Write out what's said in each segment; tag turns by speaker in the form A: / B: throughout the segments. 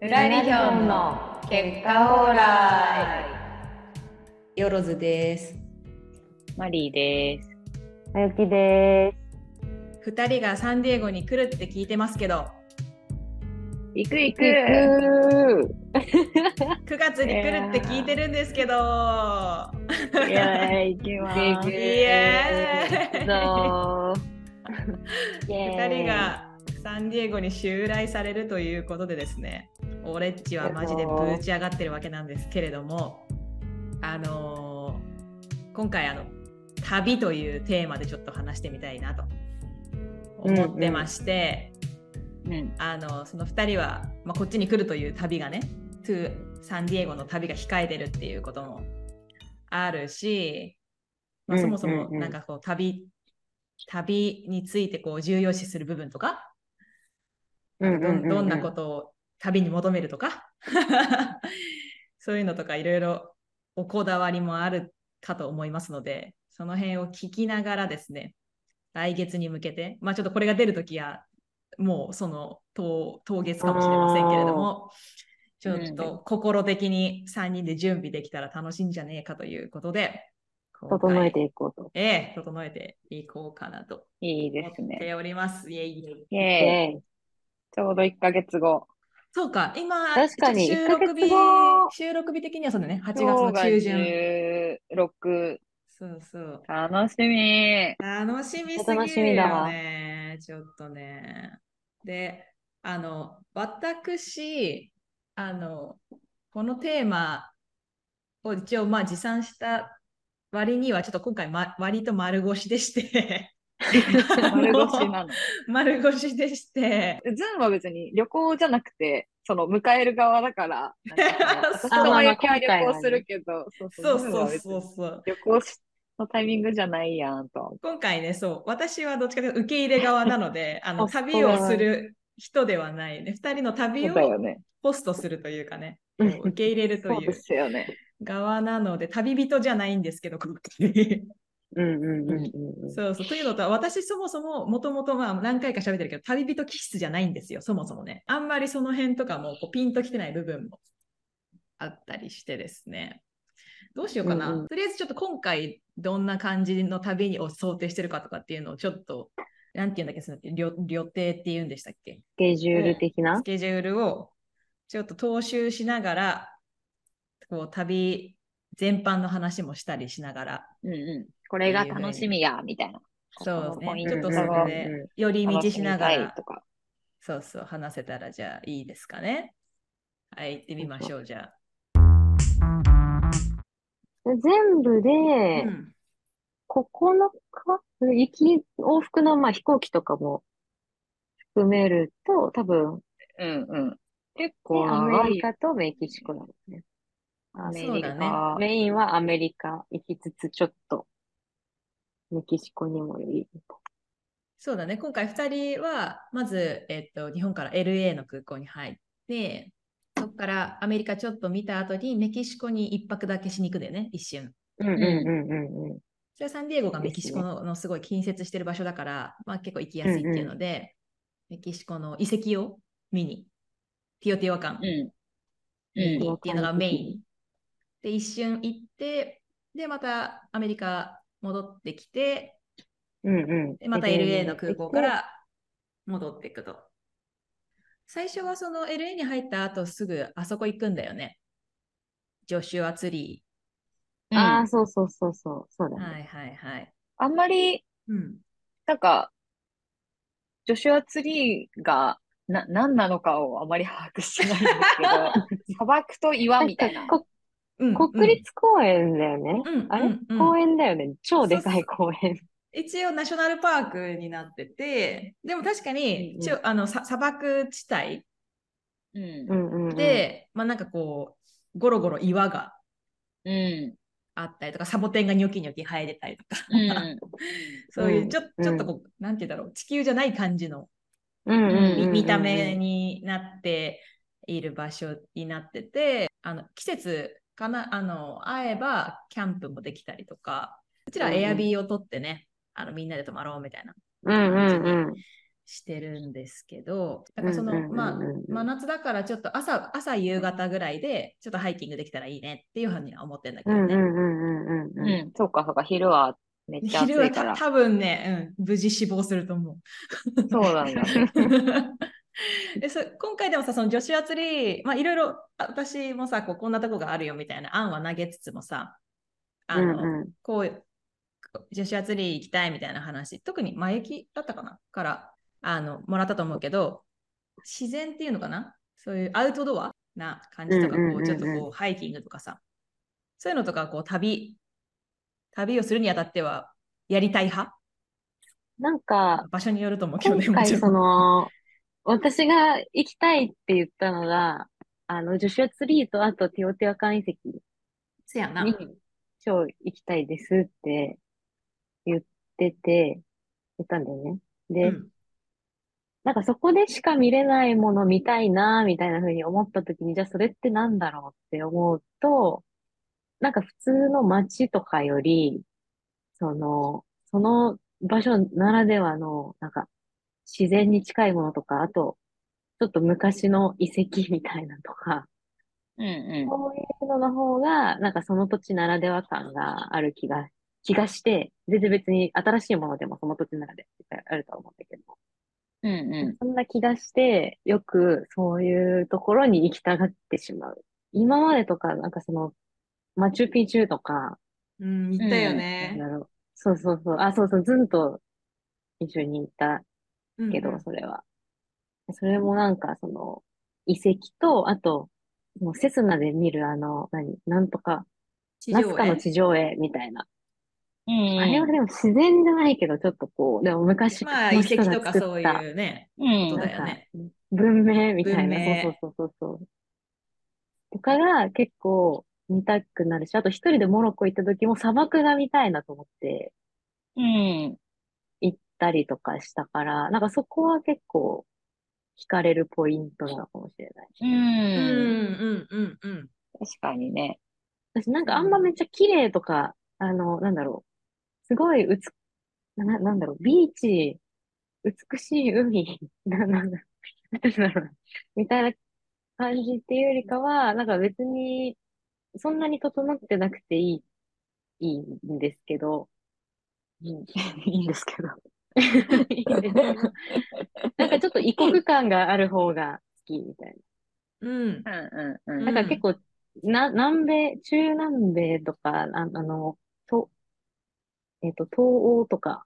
A: 裏リヒョンの結果オーライ
B: よろずです。
C: マリーです。
D: あゆきで
B: 二人がサンディエゴに来るって聞いてますけど、
C: 行く行
D: す。く
B: 9月に来るって聞いてるんですけど、
C: いやー、行きます。
B: イエーイ
C: ど
D: イエ
B: 二
D: ーイ
B: 人がサンディエゴに襲来されるということでですね、俺っちはマジでぶち上がってるわけなんですけれども、あのー今回あの旅というテーマでちょっと話してみたいなと思ってまして、
C: ううん。
B: あのその2人は、まあ、こっちに来るという旅がね、トゥサンディエゴの旅が控えてるっていうこともあるし、まあ、
D: うん
B: そもそも
D: うんうん
B: なんかこう旅、旅についてこう重要視する部分とか、
D: うん
B: どんどんなこととを旅に求めるとか そういうのとかいろいろおこだわりもあるかと思いますのでその辺を聞きながらですね来月に向けてまあちょっとこれが出るときはもうその当当月かもしれませんけれどもちょっと心的に3人で準備できたら楽しいんじゃねえかということで今回
D: 整えていこうと。
B: ええ整えていこうかなと
C: いい
B: 思
C: で
B: っ
C: すね。
B: ております。イエイイエイ
C: イエー
D: イ
C: イ。
D: エーイちょうど1ヶ月後。
B: そうか、今、
D: 確かに
B: ちょっと収録
D: 一ヶ月後
B: 日、収録日的にはそうだね、8月の中旬。
D: 今日が
B: そうそう。
C: 楽し み。
B: 楽しみす
D: 楽
B: ぎ
D: し
B: る
D: みだ
B: よ
D: わ
B: ね、ちょっとね。で、あの、私、あの、このテーマを一応、まあ、持参した割には、ちょっと今回、ま、割と丸腰でして、
D: 16
B: あの
D: 丸腰なの。
B: 丸腰でして、
D: ズンは別に旅行じゃなくて、その迎える側だから、 私
B: あ
D: と
B: まあ
D: ま
B: ま
D: ゆ
B: あ
D: きは
B: 今回
D: 旅
B: は
D: 行するけど、そう
B: そう
D: ズンは
B: そう
D: 別
B: そう
D: に
B: そう。
D: 旅行のタイミングじゃないやんと。
B: 今回ね、そう、私はどっちかというと受け入れ側なの で、あの
D: あ
B: 旅をする人ではないね、2人の旅
D: そう
B: を
D: だよね。
B: ホストするというかね、
D: うん
B: こう受け入れると
D: そう
B: いう
D: ですよね。
B: 側なので、旅人じゃないんですけど、今回
D: うんうんうんうんうん。
B: そうそう。というのと、私そもそも、もともとまあ何回か喋ってるけど、旅人気質じゃないんですよ、そもそもね。あんまりその辺とかもこうピンときてない部分もあったりしてですね。どうしようかな。
D: うんう
B: とりあえずちょっと今回、どんな感じの旅を想定してるかとかっていうのをちょっと、なんていうんだっけ、その旅旅程っていうんでしたっけ
D: スケジュール的な
B: スケジュールをちょっと踏襲しながら、こう旅全般の話もしたりしながら、
C: うんうん。
D: こ
C: れが楽しみや、みたいな。
B: そうです
C: ポイ
B: ね。
C: ン
B: ち
C: ト
B: ょっと
C: と
B: そ
C: か
B: こ
C: を
B: で寄り道しなが
D: 楽みた
B: ら
D: いと、か。
B: そうそう、話せたらじゃあいいですかね。はい、行ってみましょう、じゃあ。
D: 全部で
B: うん
D: 9日、行き往復のまあ飛行機とかも含めると、多分
C: うんうん。
D: 結
C: 構
D: ア
C: 長い
D: メリカとメキシコなのね。アメ
B: そう
D: リ
B: だね
D: カ、メインはアメリカ行きつつ、ちょっとメキシコにも寄り。
B: そうだね、今回2人は、まず、えっと、日本から LA の空港に入って、そこからアメリカちょっと見た後にメキシコに1泊だけしに行くんだよね、一瞬。
D: うんうんうんうんうん。
B: それはサンディエゴがメキシコののすごい近接してる場所だから、まあ、結構行きやすいっていうので、メキシコの遺跡を見に、ティオティワカン
C: うん。
B: 見に
C: う
B: 行っていうのがメイン。で、一瞬行って、で、またアメリカ戻ってきて、
D: うんうん。
B: でまた LA の空港か。ら戻っていくと。最初はその LA に入った後すぐあそこ行くんだよね。ジョシュアツリ
C: ん。
D: ああ、そうそうそうそう。そうだ
B: ー。
D: ね。
B: はいはいはい。
D: あんまり
B: うん、
D: なんか、ジョシュアツリーがな、何なのかをあまり把握してないんです けど、砂漠と岩みたいな。
B: うん
D: 国立公園だよね。
B: うんうん
D: あれ
B: うん
D: 公園だよね。超でかい公園。
B: 一応ナショナルパークになってて、でも確かに、
D: うんうん
B: 一応あのさ砂漠地帯
C: うん
D: う。んうんうん、
B: で、まあなんかこう、ゴロゴロ岩が
C: うん。
B: あったりとか、サボテンがニョキニョキ生えてたりとか、
C: うん。
B: そういうちょ
D: うん
B: ちょっとこう、なんて言うんだろう、地球じゃない感じの
D: うんうんうんう
B: み
D: ん
B: 見た目になっている場所になってて、あの季節かな、あの、会えばキャンプもできたりとか、うちら
D: うんうん
B: エアビーを取ってね、あのみんなで泊まろうみたいな
D: うんうんうん。
B: してるんですけど、だからその、まあ、真
D: あ、
B: 夏だからちょっと朝、朝夕方ぐらいで、ちょっとハイキングできたらいいねっていうふうには思ってんだけ
D: う
B: ど
D: んうんう
B: ね。
D: んうんうん
C: う
D: うんん。そうか、そうか、昼はめっちゃ暑
B: 昼はい
D: から
B: た。多分ね、うん、無事死亡すると思
D: そうなんだ。
B: う。 でそ今回でもさ、その女子アツリー、まあいろいろ、あ私もさこう、こんなとこがあるよみたいな案は投げつつもさ、あの、
D: うんうん
B: こう、女子アツリー行きたいみたいな話、特に前駅だったかなから、あの、もらったと思うけど、自然っていうのかなそういうアウトドアな感じとか、
D: うんうん
B: こう、
D: うんうん
B: ちょっとこう、ハイキングとかさ、そういうのとか、こう、旅、旅をするにあたっては、やりたい派
D: なんか、
B: 場所によると思うけど
D: 今
B: ね、もち
D: 回、
B: ろ
D: そ
B: ん。
D: の、私が行きたいって言ったのが、あの、ジョシュアツリーと、あと、テオテアカン遺跡
B: せやな。
D: に、超行きたいですって言ってて、言ったんだよね。
B: う
D: で、
B: ん
D: なんかそこでしか見れないもの見たいな、みたいな風に思った時に、じゃあそれってなんだろうって思うと、なんか普通の街とかより、その、その場所ならではの、なんか、自然に近いものとか、あと、ちょっと昔の遺跡みたいなとか、
C: うんうん。
D: こういうのの方が、なんかその土地ならでは感がある気が、気がして、全然別に新しいものでもその土地ならであるとは思うんだけど、
C: うんう
D: そんな気がして、よくそういうところに行きたがってしまう。今までとか、なんかその、マチュピチュとか、
B: うん、行ったよ
D: なん
B: ね。
D: だろう。そうそうそう。あ、そうそう、ずんと一緒に行った
B: うん
D: け
B: うん
D: ど、それは。それもなんか、その、遺跡と、あと、もうセスナで見るあの、何、なんとか、
B: 地
D: ナ
B: 上
D: スカの
B: 絵
D: 地上絵みたいな。
C: ん。
D: あれはでも自然じゃないけど、ちょっとこう、でも昔
B: まあ、遺
D: の人
B: 跡
D: が
B: とか
D: 作
B: そう
D: っ
B: い
D: た、
B: うね。
C: うん。
B: そう
D: な
B: だ
D: ん
B: よ
D: か
B: ね。
D: 文明みた
B: 文
D: いな、
B: 明
D: そうそうそうそうそう。とかが結構見たくなるし、あと一人でモロッコ行った時も砂漠が見たいなと思って
C: うん。
D: 行ったりとかしたから、なんかそこは結構惹かれるポイントなのかもしれない。
C: う
B: うん
C: ん。
B: うんうんうん。
C: 確かにね。
D: 私なんかあんまめっちゃ綺麗とか、あの、なんだろう。すごい美、な、なんだろう、ビーチ、美しい海、 な、なんだ、なんだろう、みたいな感じっていうよりかは、なんか別に、そんなに整ってなくていい、いいんですけど、い い、いいんですけど。 いいんですけど。なんかちょっと異国感がある方が好きみたいな。
B: うん
C: う。んうん
B: う
C: うんん。
D: なんか結構、な、南米、中南米とか、あ、あの、と、えっと、東欧とか、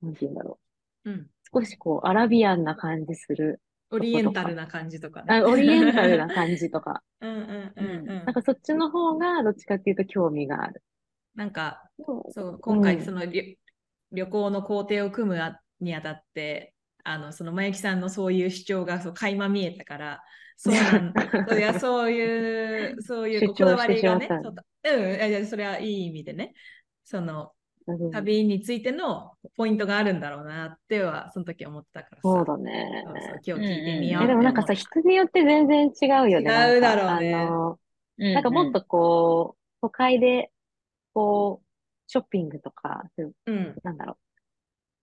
D: なんて言うんだろ
B: うん。
D: う。少しこう、アラビアンな感じする。
B: オリエンタルな感じとかね。
D: あ、 オリエンタルな感じとか。
B: うんうんうんうん
D: なんかそっちの方が、どっちかっていうと興味がある。
B: なんか、
D: でも
B: そう、今回、
D: うん
B: その旅、旅行の行程を組むあにあたって、あの、その、まゆきさんのそういう主張が、そう、垣間見えたから、そう なん、そういや、そういう、そういう
D: 主張
B: こだわりがね、
D: してしまっ
B: ちょ
D: た
B: っと、うん、いやいや、それはいい意味でね、その、
D: うん
B: 旅についてのポイントがあるんだろうなっては、その時思ったからさ、
D: そうだ
B: そう
D: ね。
B: そう今日聞いてみよう
D: え、
B: って
D: でも
B: 思
D: な
B: っ
D: ん
B: た
D: かさ、人によって全然違うよね。
B: 違うだ
D: な
B: ろ
D: んか
B: うね
D: あの、
C: な
D: なんかもっとこう、都会で、こう、ショッピングとか、そういう
B: うん、
D: なんだろ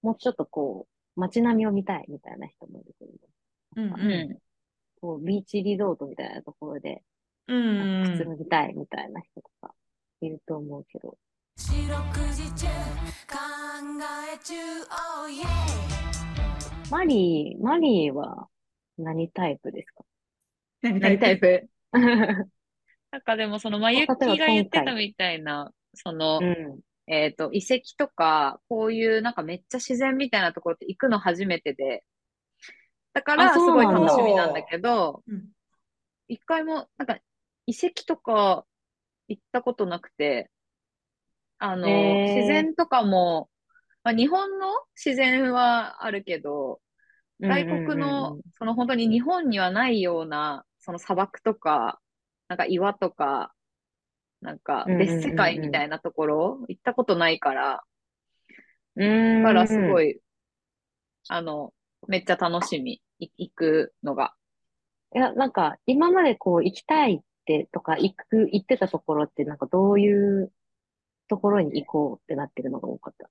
D: う。もうちょっとこう、街並みを見たいみたいな人もいるけど、
B: うん、
C: うん。
B: うん
D: こう、ビーチリゾートみたいなところで、
B: うん
D: なんかくつ
B: うん。
D: ろぎたいみたいな人とか、いると思うけど。
E: 四六時中考え中 oh yeah
D: マリー、マリーは何タイプですか
B: 何
C: 何タイプ
D: う
C: なんかでもその、まゆきが言ってたみたいな、その、
D: ん。
C: えっと、遺跡とか、こういうなんかめっちゃ自然みたいなところって行くの初めてで、だから
D: あ
C: す
D: そう
C: ごい
D: なんだ
C: 楽しみなんだけど、
B: うん
C: 一回も、なんか遺跡とか行ったことなくて、あの、
D: へー
C: 自然とかも、まあ、日本の自然はあるけど、外国の、その本当に日本にはないような、その砂漠とか、なんか岩とか、なんか
D: うんうんうんうん
C: 別世界みたいなところ行ったことないから、
D: うんうんうん、
C: だからすご
D: い。
C: い、あの、めっちゃ楽しみ、い行くのが。
D: いや、なんか、今までこう、行きたいって、とか、行く、行ってたところって、なんかどういうところに行こうってなってるのが多かった。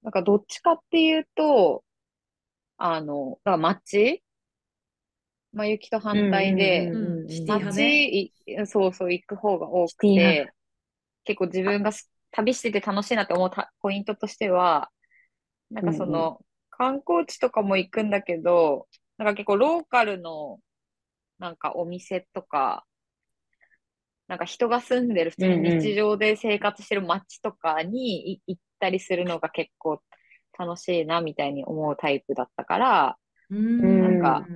C: なんかどっちかっていうと、あの、だから街まあ、雪と反対で、
D: うんうんうんうん
B: シティ派
C: 街、
B: ね
C: いそうそう、行く方が多く
D: シティ
C: て
D: 派、
C: 結構自分がす旅してて楽しいなって思うたポイントとしては、なんかその、観光地とかも行くんだけど、なんか結構ローカルの、なんかお店とか、なんか人が住んでる、普通に日常で生活してる街とかにい行ったりするのが結構楽しいなみたいに思うタイプだったから、
B: うん
C: なんか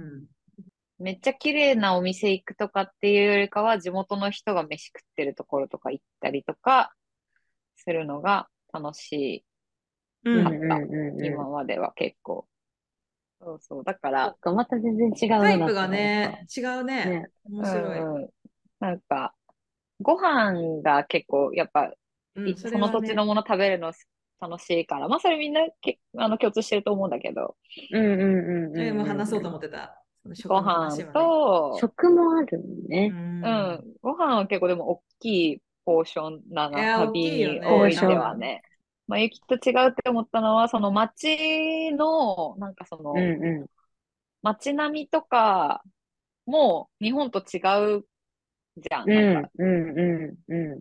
C: めっちゃ綺麗なお店行くとかっていうよりかは、地元の人が飯食ってるところとか行ったりとかするのが楽し
B: う
D: うん
B: ん
D: うんうんうん
C: い、今までは結構。そうそう、だから
D: そっ、かまた全然違うの
B: タイ
D: だ
B: プが
D: った
B: ね、違うね。
D: ね
B: 面白い。
C: うんうんなんか、ご飯が結構、やっぱ、
B: うん
C: いその土地の。もの食べるの楽しいから、まあそれみんなけあの共通してると思うんだけど、
D: うんうんうん
B: それはねそれも話そうと
D: 思
B: 思ってた。その食
C: ご
B: の
C: 飯
B: 話はね、
C: と、
D: 食もある
B: う
D: ね。
B: ん
C: うん、ご飯は結構でも大きいポーションない
B: や
C: の、旅
B: 大
C: に
B: きいよね
C: おいてはね。まあ、雪と違うって思ったのは、その街の、なんかその
D: うん、う
C: 街並みとかも日本と違うじゃん、
D: ん。うん
C: なんか、
D: うんうんうん。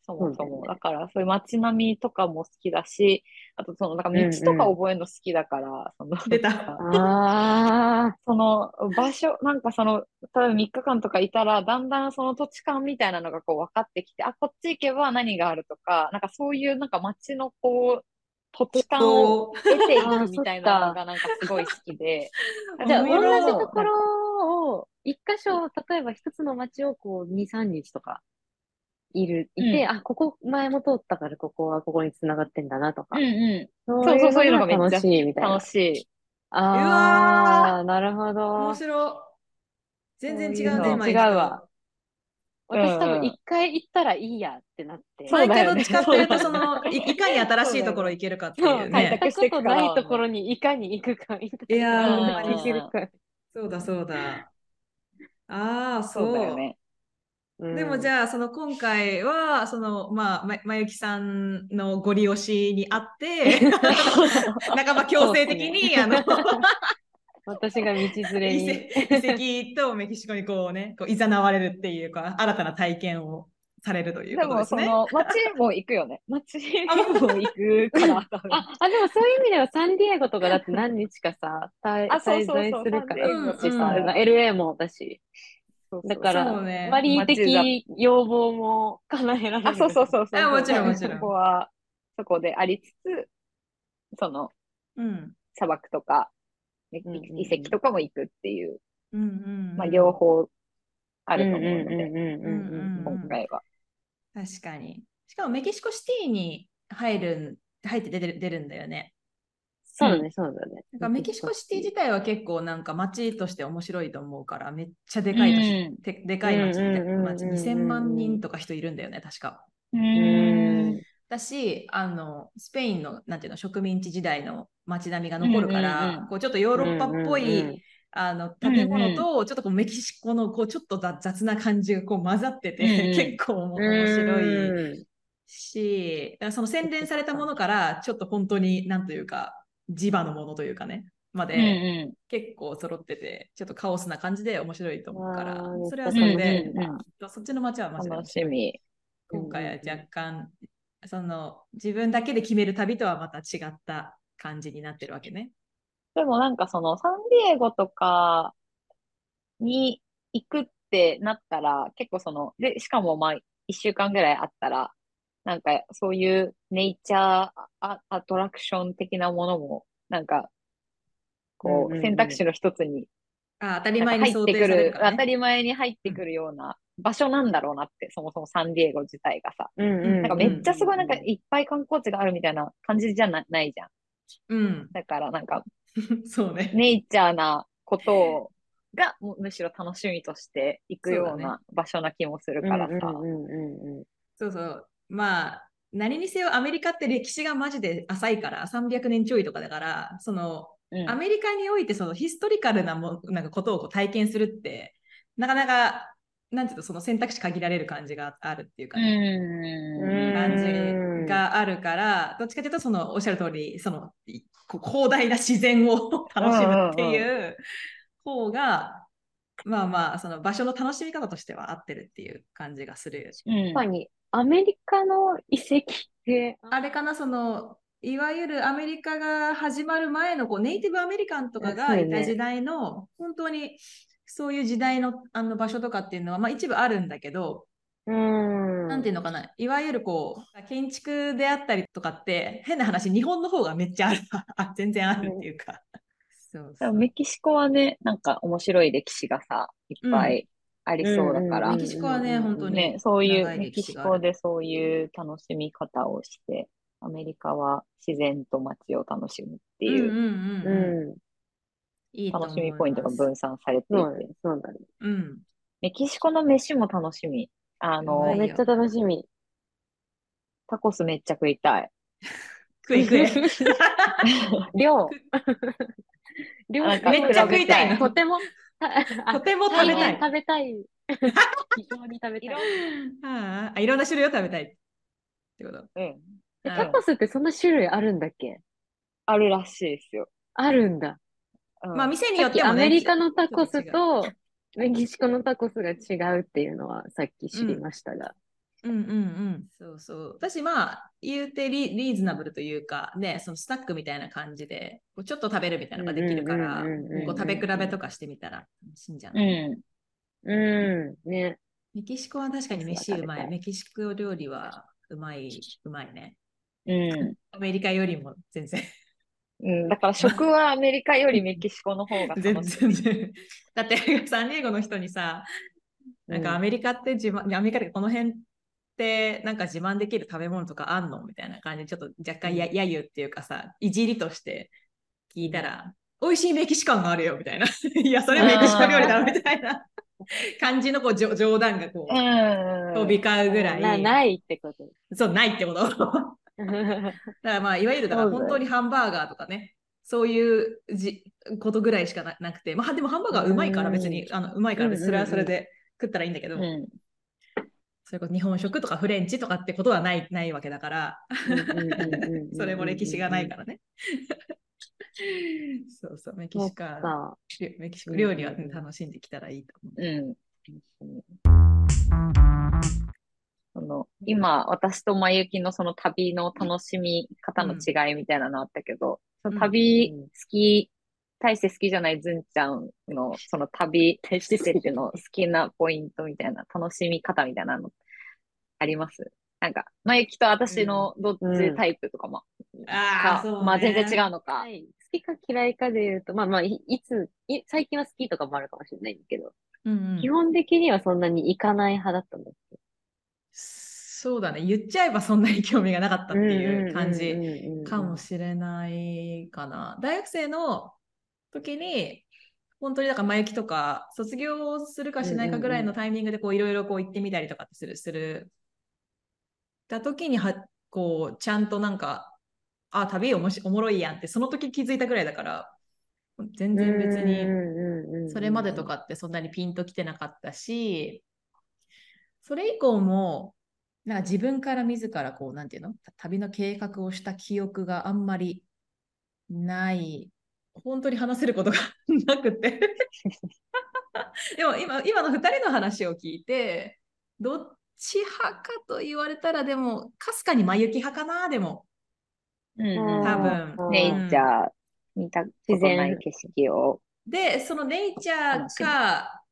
C: そもそ
D: そうだよ
C: も。
D: ね
C: だから、そういう街並みとかも好きだし、あとその、なんか道とか覚えるの好きだから、その、
B: 出た
C: なんか
D: ああ、
C: その場所、なんかその、例えば3日間とかいたら、だんだんその土地感みたいなのがこう分かってきて、あ、こっち行けば何があるとか、なんかそういうなんか街のこう、土地感を
B: と
C: 得てい
D: あーそ
C: く
D: っか
C: みたいなのがなんかすごい好きで、
D: じゃあ
B: 面
D: 同
B: 白い
D: じところを、一箇所、例えば一つの町をこう、2、3日とか、いる、いて、
C: うん
D: あ、ここ前も通ったから、ここはここに繋がってんだなとか
C: うん。う
D: そう
C: そうそういうのがめっちゃ
D: 楽しいみた
C: ん、
D: いな。
C: 楽しい。
D: ああ、なるほ
B: 面
D: ど。
B: 白い。全然違う
C: そういう
B: ね、
C: の
B: 毎日
D: 違うわ
C: うんうん
D: 私多分一回行ったらいいやってなって。
C: そう
B: 毎
C: だ
B: 回ど
C: よ
B: っ
C: ね
B: ちかっていうと、
C: そ
B: そう
C: だよ
B: の、いいかに新しいところ行けるかってい
D: そうう、開
B: ね。
C: 開拓
D: 拓し
C: して
D: て
C: く
D: こ
C: から
D: ないところにいかに行くかみたい
B: いやー
D: な。
B: うん
D: 行けるか。
B: そうだ、そうだ。ああ、
C: そうだ
B: そう。
C: よね。
B: でもじ
D: ゃ
B: ゃあその今回はそのまあままゆきさんのご利用しにあって 仲間強制的に、あの
D: 私が道連れ
B: 遺
D: に。
B: 跡遺跡とメキシコにこうねこういざなわれるっていうか新たな体験をされるとい
C: で
B: うこと
C: も
B: です
C: そ
B: ね。
C: の、街も行くよね。街も行くから、多分
D: あ、あ、でもそういう意味ではサンディエゴとかだって何日かさ、滞
C: あそう
D: 滞
C: そう
D: 在
C: そう
D: するから
B: サンディエゴ
D: だし
B: うん
D: さ、
B: うん
D: な LA もだし、
C: そうそう
D: だか
B: そう
D: ら、
B: ね
D: マリー的要望も叶えられる。
C: あ、そうそうそうそう
B: あもちろん
C: そう
B: もちろん
C: そこは、そこでありつつ、その、
B: うん
C: 砂漠とか、い
D: うんうんうん
C: 遺跡とかも行くっていう、
B: うんうんうん
C: まあ、両方あ
D: うん
C: る
D: うん
C: と思うの
D: うん
C: で、
D: うんうんうんうん。
C: 今回は。
B: 確かに。しかもメキシコシティに入るん入って出てる出るんだよね。
D: そうだね、そうだね。
B: なんかメキシコシティ自体は結構なんか街として面白いと思うからめっちゃでかい都市
C: うん
B: ででかい町みたい
D: うんうんうん
B: な
D: うん
B: 町2000万人とか人いるんだよね確か。
C: う
D: うん。
B: だしあのスペインのなんていうの植民地時代の街並みが残るから、
C: うんうんうん
B: こうちょっとヨーロッパっぽい、
D: うんうんうん
B: あの建物と、ちょっとこうメキシコのこうちょっと雑雑な感じがこう混ざってて、
C: うん うん
B: 結構面白い。
D: い。
B: し、だからその洗練されたものから、ちょっと本当に、なんというか、磁場のものというかね、ま
C: うん
B: で
C: う
B: 結構揃ってて、ちょっとカオスな感じで面白いと思うから
D: わー、
B: それはそ
D: めっ
B: れ
D: ちゃ
B: で、
C: んうん
B: そっちの街はマジで
C: 楽しみ。
B: 今回は若干、その自分だけで決める旅とはまた違った感じになってるわけね。
C: でもなんかその、サンディエゴとかに行くってなったら、結構その、で、しかもまあ、一週間ぐらいあったら、なんかそういうネイチャーア、アトラクション的なものも、なんか、こ
D: うんうんう
C: う、
D: ん
C: 選択肢の一つに、
B: あ当た
C: な
B: り
C: んか
B: 前に
C: 入っ
B: 想
C: て
B: 定さ
C: く
B: れ
C: る、
B: るから、
C: 当た
B: ね。
C: り前に入ってくるような場所なんだろうなって、そもそもサンディエゴ自体がさ、
D: うんうんうん。
C: なんかめっちゃすごいなんか
D: うん
C: いっぱい観光地があるみたいな感じじゃな、ないじゃん。
B: うん、
C: だからなんか、
B: そうね。
C: ネイチャーなことをがむむしろ楽しみとしていくような場所な気もするからさ。
D: うんうんうんうん。
B: そうそう。まあ、何にせよアメリカって歴史がマジで浅いから、300年ちょいとかだから、その、
C: うん
B: アメリカにおいてそのヒストリカルなもなんかことをこう体験するってなかなかなんていうのその選択肢限られる感じがあるっていうか、
C: う
B: ね
C: ん。
B: 感じがあるからどっちかというとそのおっしゃる通りそのいこう広大な自然を 楽しむっていう方がまあまあその場所の楽しみ方としては合ってるっていう感じがする。
C: うん
D: 確かに、アメリカの遺跡って、
B: あれかな、その、いわゆるアメリカが始まる前のこうネイティブアメリカンとか
D: そう
B: が
D: よ
B: い
D: ね
B: た時代の、本当にそういう時代のあの場所とかっていうのは、まあ、一部あるんだけど、
D: うん。
B: なんていうのかな、いわゆるこう建築であったりとかって、変な話、日本の方がめっちゃある あ全然あるっていうか。そう
C: で
B: そ
C: も
B: う
C: メキシコはね、なんか面白い歴史がさ、いっぱいありそうだから、
B: メキシコはね、本当に、
C: ね、そういう、
B: 長い
C: メキ
B: 歴
C: シ
B: 史がある
C: コでそういう楽しみ方をして、アメリカは自然と街を楽しむって
B: う
C: い
B: ん
C: う、
B: うんうん
D: う
B: うん
D: ん。
B: いいと
C: 楽
B: 思
C: しみ
B: い
C: ポイントが
B: ます
C: 分散されてい
D: そうだね
C: て、、
D: そうだね。
B: うん。
C: メキシコの飯も楽しみ。あ
B: うまい
C: の
B: よ、
D: めっちゃ楽しみ。
C: タコスめっちゃ食いたい。
B: 食え食え。
D: 量。量
C: なんか
B: めっちゃ食いたいの
D: とても、 あ
B: とても食べたい。
D: 食べたい。非常に食べたい。
B: ああ、いろんな種類を食べたい。ってこと。
C: うん。
D: え
B: うん
D: タコスってそんな種類あるんだっけ
C: あるらしいですよ。
D: あるんだ。
C: うん
B: まあ、店によって
D: さ
B: も
D: っき
B: ね。
D: アメリカのタコス
B: ち
D: とメキシコのタコスが違うっていうのはさっき知りましたが。
B: うんうんうん。そうそう。私、まあ、言うてリリーズナブルというか、ね、そのスナックみたいな感じで、こうちょっと食べるみたいなのができるから
D: うんうんうんうんうんうん、
B: こう食べ比べとかしてみたら楽しいんじゃ
C: う
B: ない、
C: ん。
D: うん、ね。
B: メキシコは確かに飯うま
C: そうだ
B: い。
C: ね
B: メキシコ料理はうまい、うまいね。
C: うん。
B: アメリカよりも全然、
C: うん、だから食はアメリカよりメキシコの方が
B: 全
C: 楽しい。
B: 然。だって、サンディエゴの人にさ、なんかアメリカって自慢、アメリカでこの辺ってなんか自慢できる食べ物とかあんのみたいな感じでちょっと若干や、揶揄っていうかさ、いじりとして聞いたら、美味しいメキシカンがあるよみた いな。いや、それメキシコ料理だろみたいな感じのこうじょ冗談がこ
C: う
B: う、
C: ん。
B: 飛び交うぐら、
D: ないないってこと。
B: そう、ないってこと。だ か
D: う
B: らまあ、いわゆるだから
D: そうだよ
B: 本当にハンバーガーとかね。そういうじことぐらいしかななくて、まあでもハンバーガーうまいから別に、あのうまいから別にそれはそれで食ったらいいんだけど、
C: うん。
B: それこそ日本食とかフレンチとかってことはないないわけだから、それも歴史がないからね。そうそう、メキシカン
D: ら。
B: メキシコ料理は
D: うんうんうん
B: 楽しんできたらいいと思
C: うん。その今、私と真雪のその旅の楽しみ方の違いみたいなのあったけど、
B: ん
C: その旅
D: うん
C: 好き、大して好きじゃないずんちゃんのその旅してての好きなポイントみたいな、楽しみ方みたいなのありますなんか、真雪と私のどっちタイプとかも、
B: う。あ
C: かまあ全然違
B: う。
C: うのか
D: は。い。好きか嫌いかで言うと、まあまあ、いいつ、い最近は好きとかもあるかもしれないけど、
B: うんうん
D: 基本的にはそんなに行かない派だったんだって
B: そうだね、言っちゃえばそんなに興味がなかったっていう感じ。
D: うんうんうんうん
B: かもしれないかな。大学生の時に本当にだから前行きとか卒業するかしないかぐらいのタイミングでこういろいろこう行ってみたりとかってするするた時にはこうちゃんとなんかあ旅おもしおもろいやんってその時気づいたぐらいだから全然別
D: うん
B: に
D: うんうんうん
B: それまでとかってそんなにピンときてなかったしそれ以降もなんか自分から自らこうなんていうの旅の計画をした記憶があんまりない本当に話せることがなく てでも今今の2人の話を聞いてどっち派かと言われたらでもかすかに真雪派かなでも
C: うんうん
B: 多分
D: うん
C: ネイ
B: うん
C: チャー見たことない景色を。
B: でそのネイチャ
C: 楽
B: ー
C: しみ
B: か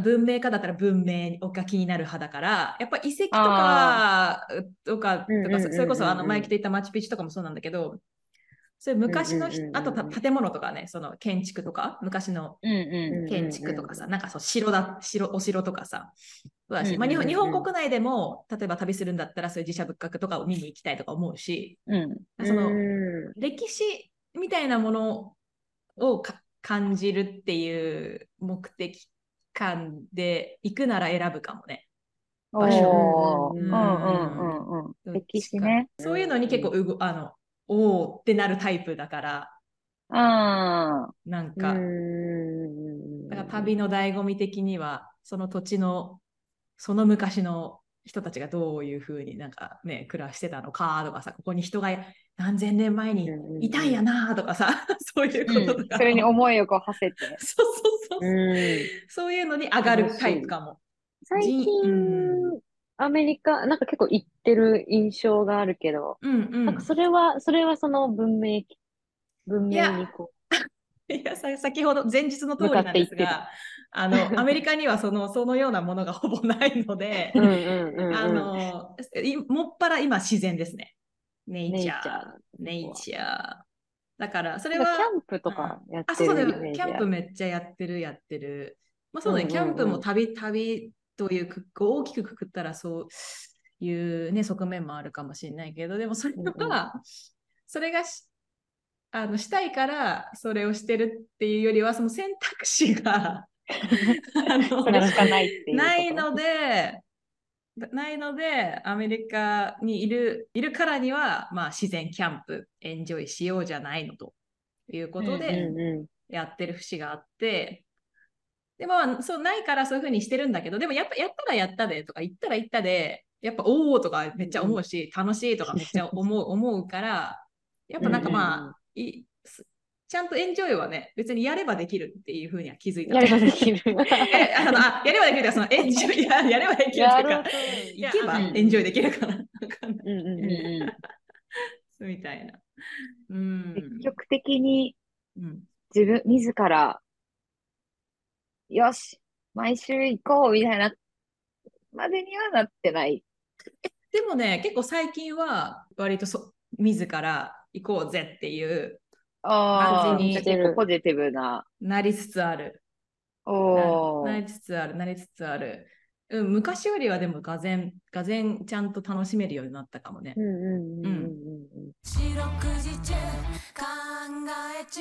B: 文明かだったら文明が気になる派だからやっぱ遺跡とかとか
D: うんうん
B: と
D: うん
B: か
D: うん
B: そそれこそあの前来ていたマチュピチュとかもそうなんだけどそういう昔のひ
D: うんうんうんうん
B: あとた建物とかねその建築とか昔の
C: うんう
B: 建築とかさ、なんかそう城だ城お城とかさそうだし、まあ、
C: うん
B: 日
C: うんうん
B: 本日本国内でも例えば旅するんだったらそういう自社仏閣とかを見に行きたいとか思うし
C: ん。うん。
B: その
D: うん
B: 歴史みたいなものをか感じるっていう目的感で行くなら選ぶかもね。
C: 場
D: 所
C: う
D: うん
C: う
D: んうんん
C: うんうん。歴史ね。
B: そういうのに結構うごあのおおってなるタイプだから
C: あ
B: なんか,、
D: うん
B: だから旅の醍醐味的にはその土地のその昔の人たちがどういうふうになんかね、暮らしてたのかとかさ、ここに人が何千年前にいたんやなとかさ、 そういうこととか、
C: それに思いをこう馳せて。
B: そうそうそう、
D: うん
B: そういうのに上がるタイプかも。
D: 最近
B: じうん、
D: アメリカ、なんか結構行ってる印象があるけど、
B: うんう
D: な
B: ん
D: んか。それは、それはその文明、文
B: い
D: 明
B: や
D: にこ
B: いやさ先ほど前日の通り
D: 向か
B: なん
D: ってい
B: で
D: っ
B: す
D: て
B: が
D: た、
B: あ のアメリカにはそのそのようなものが ほぼないので
D: う。、うんうんうんうん。
B: あのいもっぱら今自然ですね。ネイ
D: ネイ
B: チ
D: チ
B: ャ
D: ャ
B: ー
D: ー。
B: ネイチャー。だからそれ
D: なんか
B: は
D: キャンプとかやっ
B: あ、
D: て
B: そうだ
D: るイ
B: よ
D: メー。ジ
B: キャンプ
D: ある
B: めっちゃやってる、やってる。まあそうだね、
D: うん
B: キ
D: うんう
B: ャ
D: ん
B: ンプもたびたびというく、こう大きくくくったらそういうね、側面もあるかもしれないけど、でもそれは、それがし、あの、したいから、それをしてるっていうよりは、その選択肢が、あの
C: それしかないってい うこと。
B: ないので、ないので、アメリカにいるいるからには、まあ、自然キャンプ、エンジョイしようじゃないのということ
C: うん
B: で、
D: うんう
B: やってる節があって、でまあ、そうないからそういうふうにしてるんだけど、でもやっぱやったらやったでとか、言ったら言ったで、やっぱおおとかめっちゃ思うし、楽しいとかめっちゃ 思う思うから、やっぱなんかまあ、
D: うんうん
B: いすちゃんとエンジョイはね、別にやればできるっていうふうには気づい
D: ん。
B: た。
D: やればできる。
B: え あのあやればできるとか、そのエンジ ョイややればできるっていう
D: やろ
B: か
D: うと、
B: 行けば
C: いやうん
B: エンジョイできるかな、わかんない
D: うんうん
C: うん
D: う。
C: うん
B: みたいな。うんん
D: 積。極的に
B: うん、
C: 自分、自ら、よし、毎週行こうみたいな、までにはなってない。
B: でもね、結構最近は割とそ自ら行こうぜっていう
C: あ
B: 感じに
C: あ、じゃあ結構ポジティブな。
B: なりつつある。
C: お
B: なり
C: ー
B: つつある、なりつつある。うん、昔よりはでも、がぜん、がぜんちゃんと楽しめるようになったかもね
D: うん。うんうんうんうん。
E: 四六時中考え中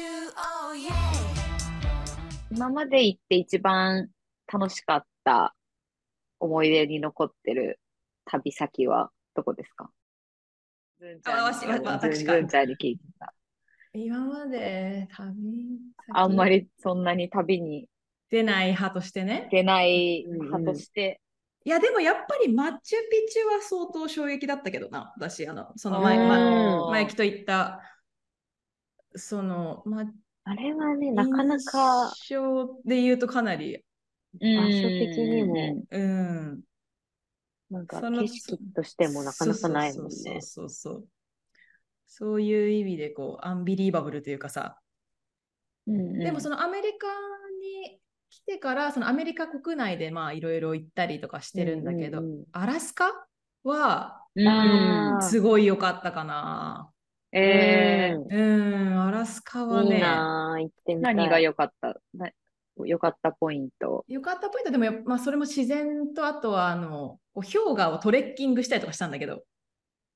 E: Oh yeah
C: 今まで行って一番楽しかった思い出に残ってる旅先はどこですかずんちゃんに
B: あわしわ私か
C: ずんずんちゃんに聞いた。
B: 今まで旅先
C: あんまりそんなに旅に
B: 出ない派としてね
C: 行。けない
D: うんうん
C: 派として、
B: いや、でもやっぱりマチュピチュは相当衝撃だったけどな、私、あの、その前、
D: うん
B: 前
D: あ
B: 前木と言った、その、ま、
D: あれはね、なかなか、
B: 印象で言うとかなり、
C: 場
D: 場所的にも
B: うん、
D: なんか
B: その
D: 景色としてもなかなかないもん
B: そうそうそう
D: ね。
B: そうそう。そういう意味で、こう、アンビリーバブルというかさ、でもそのアメリカに来てから、そのアメリカ国内で、まあ、いろいろ行ったりとかしてるんだけど、
D: うんうん
B: アラスカは、
C: うん
D: あー
B: すごい良かったかな。
C: え
D: うん
B: うーん、アラスカは
D: うんい
B: ね
D: い、なー行って
C: ー、
D: みたい。
C: 何が良かったな良かったポイント。
B: よかったポイントでもやっぱ、まあ、それも自然と、あとはあのこう氷河をトレッキングしたりとかしたんだけど、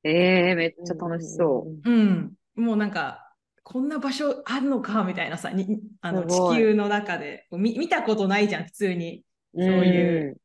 C: えー、めっちゃ楽しそう。
D: う
B: うん、もうなんか、こんな場所あるのかみたいなさ、にあの
D: すご
B: 地
D: い
B: 球の中でこう見見たことないじゃん、普通に。
D: ん
B: そ
D: ん。
B: ういう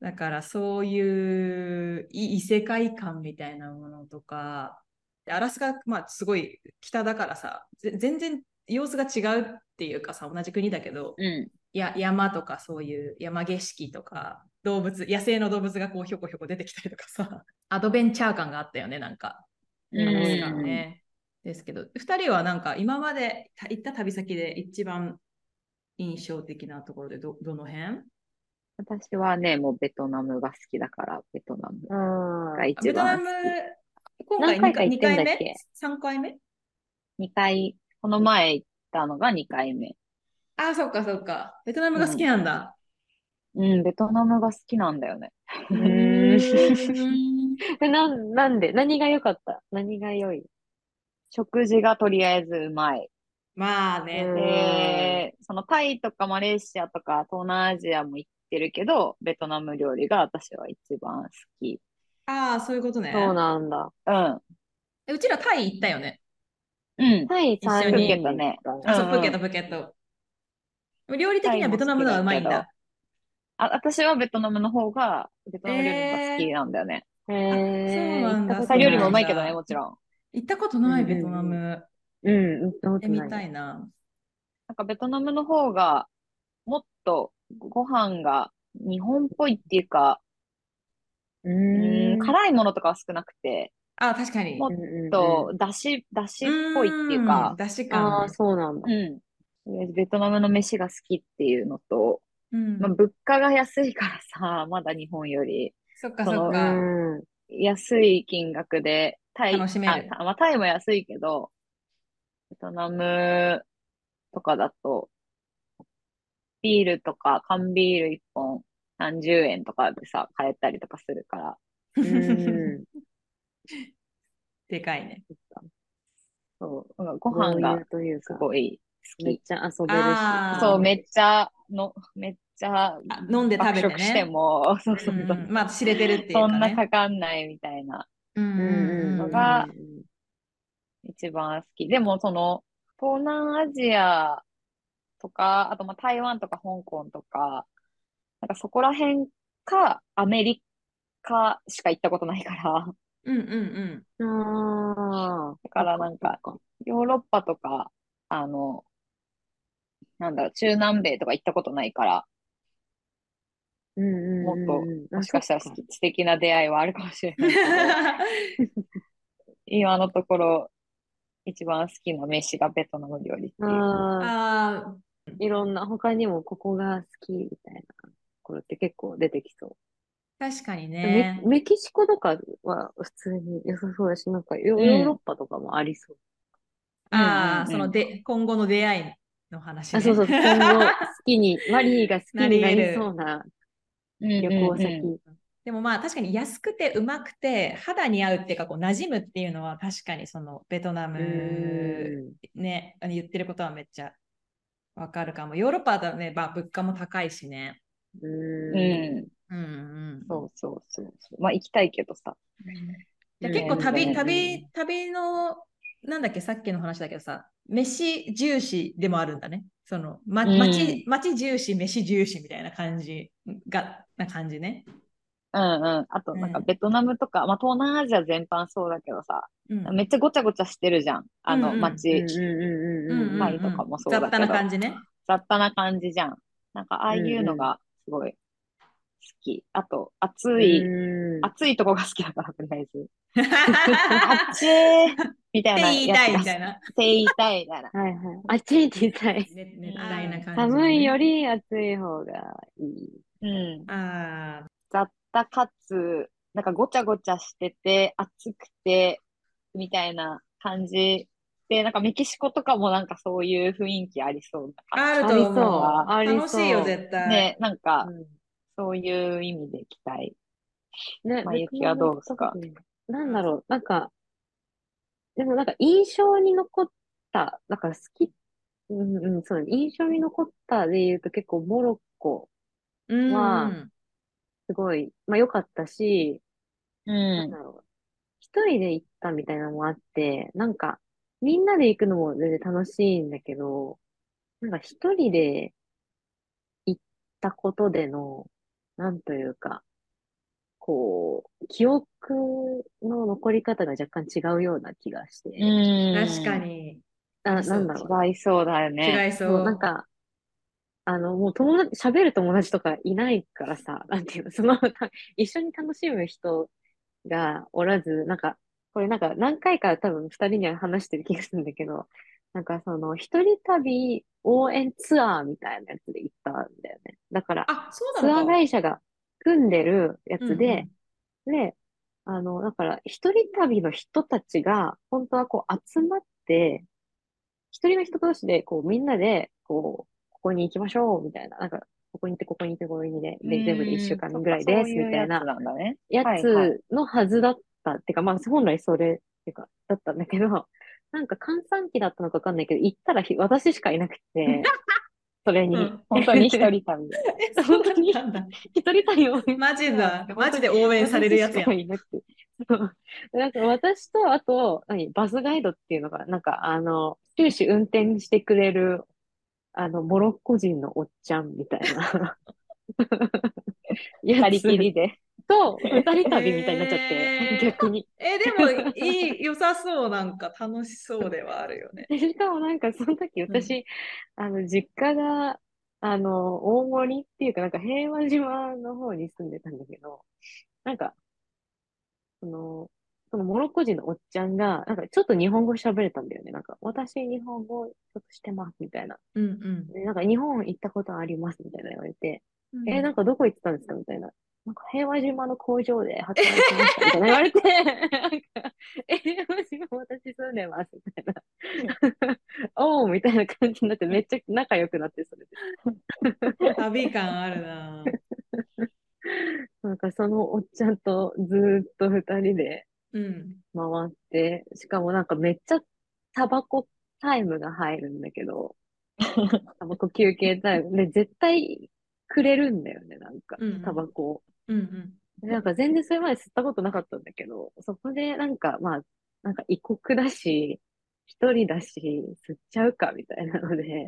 B: だからそういうい異世界観みたいなものとか、でアラスカ、まあ、すごい北だからさ、ぜ全然様子が違うっていうかさ、同じ国だけど、
C: うん。
B: や山とかそういう山景色とか動物野生の動物がこうひょこひょこ出てきたりとかさ アドベンチャー感があったよねなんか
C: う
B: ア
C: ん
B: ラスカのね、ですけど2人はなんか今までた行った旅先で一番印象的なところでどどの辺
C: 私はね、もうベトナムが好きだから、ベトナム
D: うん。
C: が一
B: ベトナ
C: 番好
B: ム
C: き。
B: 今回
D: 何
B: 2,
D: 回か行ってんだ
B: 回
D: っけ
B: 目 ?3 回目
C: 二回、この前行ったのが2回目。
B: ああそっかそっかベトナムが好きなんだ、
C: うん、ベトナムが好きなんだよね。
B: う
D: うん
B: ーん
D: えなん、なんで何が良かった何が良い
C: 食事がとりあえずうまい。
B: まあね、
D: うん
C: で、そのタイとかマレーシアとか東南アジアも行ってるけど、ベトナム料理が私は一番好き。
B: ああそういうことね
D: そうなんだ。
C: うん。
B: えうちらタイ行ったよね
C: うん。
D: はい、
B: 一緒
D: 3
B: に
D: 人だね。
B: あ、そうう、
C: ん
B: プ
C: う
B: ー
C: ん
B: ケット、プーケット。料理的にはベトナムのがうまいんだ。
C: あ、私はベトナムの方が、ベトナム料理が好きなんだよね。
D: へ
B: そう
D: え
B: なんだ
D: 行ったこ
C: タ
D: と
C: イ
B: そうなんだ
C: 料理もうまいけ
B: そ
C: ど
B: うな
C: ね、
B: んだ
C: もちろん。
B: 行ったことない、
D: うんうんう
B: ベ
D: ん
B: トナム。
D: うん、行ったこ
B: 行って
D: と
B: み
D: ない。
B: たいな。
C: なんかベトナムの方が、もっとご飯が日本っぽいっていうか、
D: う
C: うんん、辛いものとかは少なくて、
B: あ、確かに。
C: も
D: うん
C: と、だし、だしっぽいっていう
B: うん
C: か、
B: だし
D: あ
B: 感
D: あ、。そうなんだ
C: う。ん。ベトナムの飯が好きっていうのと、
B: うん
C: まあ、物価が安いからさ、まだ日本より
B: そっかそっ
D: う
B: か。
D: ん。
C: 安い金額で、タイ、
B: 楽しめる
C: あ、たまあ、タイも安いけど、ベトナムとかだと、ビールとか缶ビール1本30円とかでさ、買えたりとかするから、
D: うん。
B: でかいね。
C: そう、なんかご飯が
D: 余裕という
C: す
D: か、
C: ごい好
D: めっ
C: き。
D: ちゃ遊べるし。
B: あー
C: そう、めっちゃの、めっちゃ
B: あ飲んで食べ
C: 爆
B: て
C: 食して
B: ね。
C: も、 そうそううそう。
B: んまあ、知れてるっていう
C: そ
B: か
C: んな
B: ね。
C: かかんないみたいな、
B: うん
D: う
B: うん
D: うん
B: ん
D: う
B: うん
D: ん。
C: が一番好き。でも、その、東南アジアとか、あと、まあ、台湾とか香港とか、なんかそこら辺か、アメリカしか行ったことないから、
B: うんうん
D: ああ。
C: だからなんか、
D: そっ
C: ヨーロッパとか、あの、なんだろう、中南米とか行ったことないから、
D: うんうん
C: もっと
D: うんうん、
C: もしかしたら
D: あそっ
C: 素素敵な出会いはあるかもしれ
B: う
C: ないけど、
B: ん。
C: 今のところ、一番好きな飯がベトナム料理っていう。
D: ああ、
B: ああ、
D: いろんな、他にもここが好きみたいなところって結構出てきそう。
B: 確かに
D: メ
B: ね。
D: メキシコとかは普通に良さそうだし、なんかヨ
C: うん
D: ヨーロッパとかもありそう。
B: あ
C: うんうんう
B: あ、
C: ん
B: そので、今後の出会いの話ね。
D: あ、そうそう、今後好き に、マリーが好き
B: なり
D: に
B: 得
D: な
B: る
D: りそうな旅行先。
B: でもまあ確かに安くてうまくて肌に合うっていうかこう馴染むっていうのは確かにそのベトナ
D: う
B: ム
D: ん
B: ねあの言ってることはめっちゃわかるかもヨーロッパだとね、まあ、物価も高いしね
D: う。
C: うんん。
B: うんうん
C: そうそうそうそう。まあ行きたいけどさ。
B: じゃあ結構
C: うん
B: 旅
C: うん
B: 旅旅のなんだっけさっきの話だけどさ飯重視でもあるんだねその、ま、
C: うん
B: 町町重視飯重視みたいな感じがな感じね、
C: うんうん。あとなんか
B: うん
C: ベトナムとか、まあ東南アジア全般そうだけどさ、
B: うん、
C: めっちゃごちゃごちゃしてるじゃん。あ
B: うん
C: の
B: うん
C: 街、
D: うんうんうんうんうん
C: タイとかもそうだけ
B: 雑
C: ど
B: 多な感 じね
C: 雑多な感じじゃん。なんかああいうのがすごい好き。あと、暑い、
D: うん
C: 暑いとこが好きだから、とりあえ ず。
B: っ
C: 暑いみた
B: て
C: いな
B: 言いたい
C: や
B: み
C: つ
B: た
C: が好き。
B: いな。
C: 手痛いなら。
D: はいはい。あっちに行ってみたい。
B: ね熱帯な感じ、
D: 寒いよ。り暑い方がいい。
C: うん。
B: ああ、
C: 雑多かつ、なんかごちゃごちゃしてて、暑くて、みたいな感じで、なんかメキシコとかもなんかそういう雰囲気ありそうな
B: あると
C: 感
D: ありそう
B: 思う。
D: ありそう
B: 楽しいよ、絶
C: じ。
B: 対。
C: ね、なんか
D: うん
C: そういう意味で行きたい。
D: ね、
C: まあ
D: 僕
C: ゆきは
D: も
C: どうですか
D: 特になんだろう、なんか、でもなんか印象に残った、なんか好き、うんうん、そう、印象に残ったで言うと結構モロッコ、
B: うん。
D: ますごい、まあ良かったし、
C: う
D: なん
C: ん。
D: だろう、一人で行ったみたいなのもあって、なんか、みんなで行くのも全然楽しいんだけど、なんか一人で行ったことでの、なんというか、こう、記憶の残り方が若干違うような気がして、
C: うん。
B: 確か。に。
D: な、
B: そう
D: なんだろう。
C: 違いそうだよね。
B: 違いそ
D: そう
B: う。
D: なんか、あの、もう友達、喋る友達とかいないからさ、 なんていうの、その、た一緒に楽しむ人がおらず、なんか、これなんか何回か多分二人には話してる気がするんだけど、なんかその、一人旅応援ツアーみたいなやつで行ったんだよね。だから、
B: あ、そう
D: ツ
B: な
D: ア
B: の
D: ー
B: か。
D: 会社が組んでるやつ
B: うんう
D: で
B: ん、
D: で、あの、だから、一人旅の人たちが、本当はこう集まって、一人の人同士で、こうみんなで、こう、ここに行きましょう、みたいな。なんか、ここに行って、ここに行って、ここに行って、で、全部で一週間ぐらいです、みたいな
C: そうなんだね。
D: や
C: はいはい
D: つのはずだった。ってか、まあ、本来それ、ってか、だったんだけど、 なんか、閑散期だったのかわかんないけど、行ったらひ私しかいなく て、それに。
B: うん
C: 本当に一人旅。
B: えそうだったんだ。
D: 一人旅を
B: マジ だ。マジで応援されるやつ
D: 私し
B: や
D: か。いなくて。そうなんか私と、あと、何、バスガイドっていうのが、なんか、あの、終始運転してくれる、あの、モロッコ人のおっちゃんみたいな。や
C: 二
D: り
C: 人
D: き
C: き
D: り
C: りで。
D: と、二人旅みたいになっちゃっ
B: へ
D: て
B: ー、
D: 逆に。
B: え、でもいい、良さそう。なんか楽 しそうではあるよね。
D: でしかもなんか、その時私、あの、実家が、あの、大森っていうか、なんか平和島の方に住んでたんだけど、なんか、その、そのモロッコ人のおっちゃんが、なんかちょっと日本語喋れたんだよね。なんか、私日本語ちょっとしてます、みたいな。
B: うん
D: で、なんか日本行ったことあります、みたいな言われて、
B: うん。
D: え、なん
B: か
D: かどこ行ってたんですかみたいな。なんか平和島の工場で働いてましたみたいな言われ て、なんか、え平和島私住んでますみたいな。 おうみたいな感じになって、めっちゃ仲良くなって、それで。
B: 旅感あるな。
D: なんかそのおっちゃんとずーっと二人で
B: うん。
D: 回って、しかもなんかめっちゃタバコタイムが入るんだけど、 タバコ休憩タイム。で、絶対くれるんだよね、なんか
B: うんうん、
D: タバコを。
B: うんうん。
D: でなんか全然それまで吸ったことなかったんだけど、そこでなんかまあ、なんか異国だし、一人だし、吸っちゃうかみたいなので、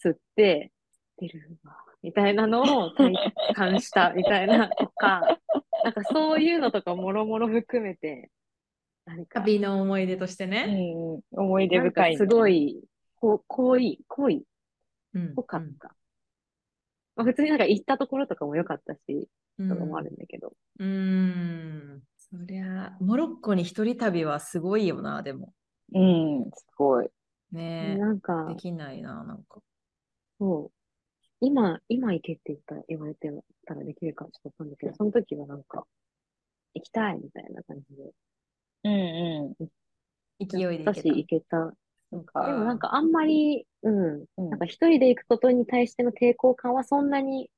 D: 吸って、出るわ、みたいなのを体感したみたいなとか、なんかそういうのとかもろもろ含めて、なんか、
B: 旅の思い出としてね。
C: うん、思い出
D: なんか
C: 深いね。
D: すごい、こう、濃い、濃い、
B: うん
D: 濃かった。まあ、普通になんか行ったところとかも良かったし、
B: うん
D: とかもあるんだけど、
B: うーん。そりゃ、モロッコに一人旅はすごいよな、でも。
C: うん、すごい。
B: ね
D: なんか、
B: え。できないな、なんか。
D: そう。今、今行けって言ったら、言われてたらできるかちょっとわかんないけど、その時はなんか、行きたいみたいな感じで。
C: うんう
B: 勢いでい
D: だ
B: け。
D: した行けた。
B: そう
D: でもなん
B: か。
D: かあんまり、うん、
C: ん。
D: なんか一人で行くことに対しての抵抗感はそんなに、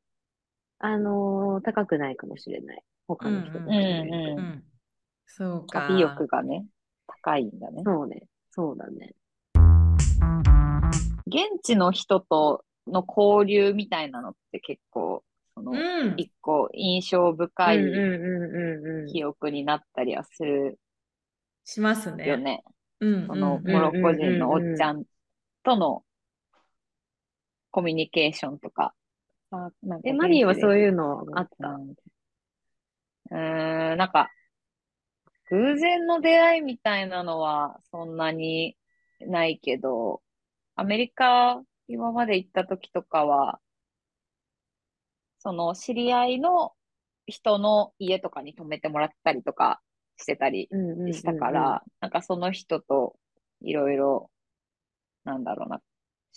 D: あのー高くないかもしれない。他の人と比
B: うん
D: べると
C: うんう
B: うん。そうか。
C: 旅欲がね、高いんだね。
D: そうね。そうだね。
C: 現地の人との交流みたいなのって結構、その、
B: うん。
C: 一個印象深
D: うん
C: い
D: うんうんうんうん。
C: 記憶になったりはする
B: しますね。
C: よね。
B: うんうん。
C: その、
D: ん
C: モロッコ人のおっちゃんとのコミュニケーションとか。
D: え、マリーはそ
C: う
D: ういうのあった。
C: うーん、なんか、偶然の出会いみたいなのはそんなにないけど、アメリカ今まで行った時とかは、その知り合いの人の家とかに泊めてもらったりとかしてたり
D: うんうんうんうん
C: したから、、なんかその人といろいろ、なんだろうな、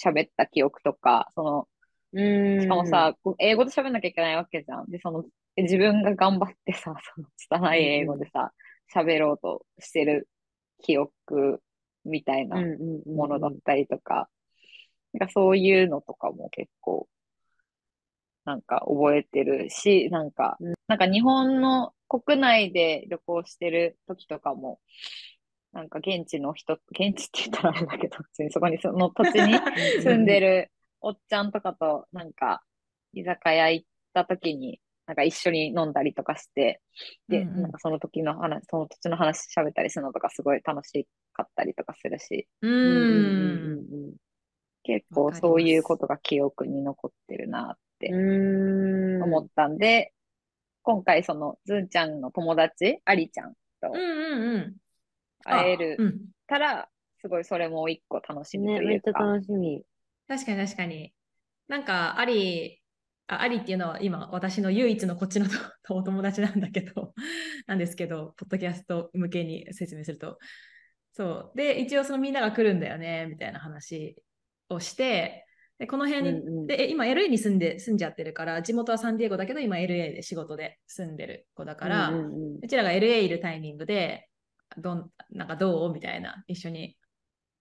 C: 喋った記憶とか、その、
D: うん。
C: しかもさ、こう英語で喋んなきゃいけないわけじゃん。で、その、自分が頑張ってさ、 その、拙い英語でさ、喋ろうとしてる記憶みたい
D: うんう
C: なん
D: うんうん、
C: ものだったりとか、なんかそういうのとかも結構、なんか覚えてるし、なんか、なんか日本の国内で旅行してる時とかも、なんか現地の人、現地って言ったらあれだけど、普通にそこにその土地に住んでるおっちゃんとかと、なんか、居酒屋行った時に、なんか一緒に飲んだりとかして、で、
B: うんうん
C: なんかその時の話、その土地の話喋ったりするのとかすごい楽しかったりとかするし、
B: う
D: うんうん
B: ん。
C: 結
B: わ
C: 構
B: かり
C: そうい
B: ま
C: う
B: す
C: ことが記憶に残ってるなって
D: うんうん。
C: 思ったんで、今回そのズンちゃんの友達、アリちゃんと
B: うんうんうん。
C: 会え
B: あう
C: る
B: ん。
C: から、すごいそれも一個楽しみ
D: ね、
C: と
D: め
C: い
D: っ
C: う
D: ちゃ
C: か。
D: 楽しみ。
B: 確かに確かに。なんか、あり、あありっていうのは今、私の唯一のこっちのととお友達なんだけど、 なんですけど、ポッドキャスト向けに説明すると。そう。で、一応そのみんなが来るんだよね、みたいな話をして、で、この辺に、
D: うんうん
B: で、え今 LA に住んで、住んじゃってるから、地元はサンディエゴだけど、今 LA で仕事で住んでる子だから、
D: うんうんうん
B: うちらが LA いるタイミングで、どんなんかどうみたいな、一緒に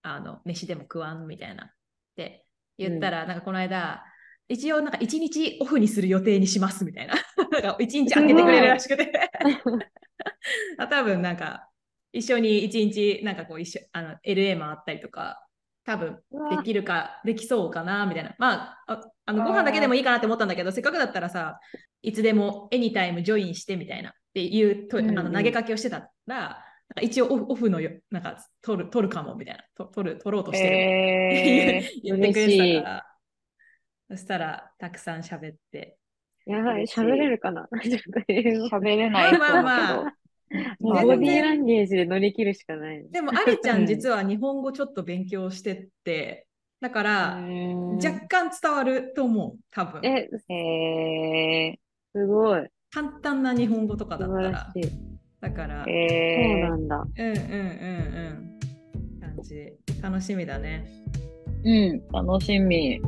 B: あの飯でも食わんみたいなって言ったら、なんかこの間、一応なんか一日オフにする予定にしますみたいな、 なんか一日開けてくれるらしくて、あ 多分なんか一緒に一日なんかこう一緒あの LA 回ったりとか、多分
D: うわ
B: できるか、できそうかなみたいな。まあ、ああのご飯だけでもいいかなって思ったんだけど、せっかくだったらさ、いつでもエニタイムジョインしてみたいなっていうと、
D: うん
B: あの投げかけをしてたら、なんか一応オフオフのよなんか取る取るかもみたいな、と取る取ろうとしてる
C: えー
B: 言ってくれてたから。そしたら、たくさん喋って。
D: やばい、
C: 嬉しい
D: 喋れるかな ちょっと 英語
C: 喋れない
B: まあまあ
C: そう
B: ま
C: だ
D: ボ
B: 全然
D: ディーランゲージで乗り切るしかない。
B: でも、ありちゃ、
C: うんん
B: 実は日本語ちょっと勉強してって、だから、若干伝わると思う、多分。
D: え、
C: え
D: すごい。
B: 簡単な日本語とかだ
D: 素
B: った
D: 晴
B: ら
D: ら。しい。
B: だから、
C: ー、
D: そう
C: え
D: なんだ。
B: うんうんうんうん。感じ。楽しみだね。
C: ー、うん、楽しみ。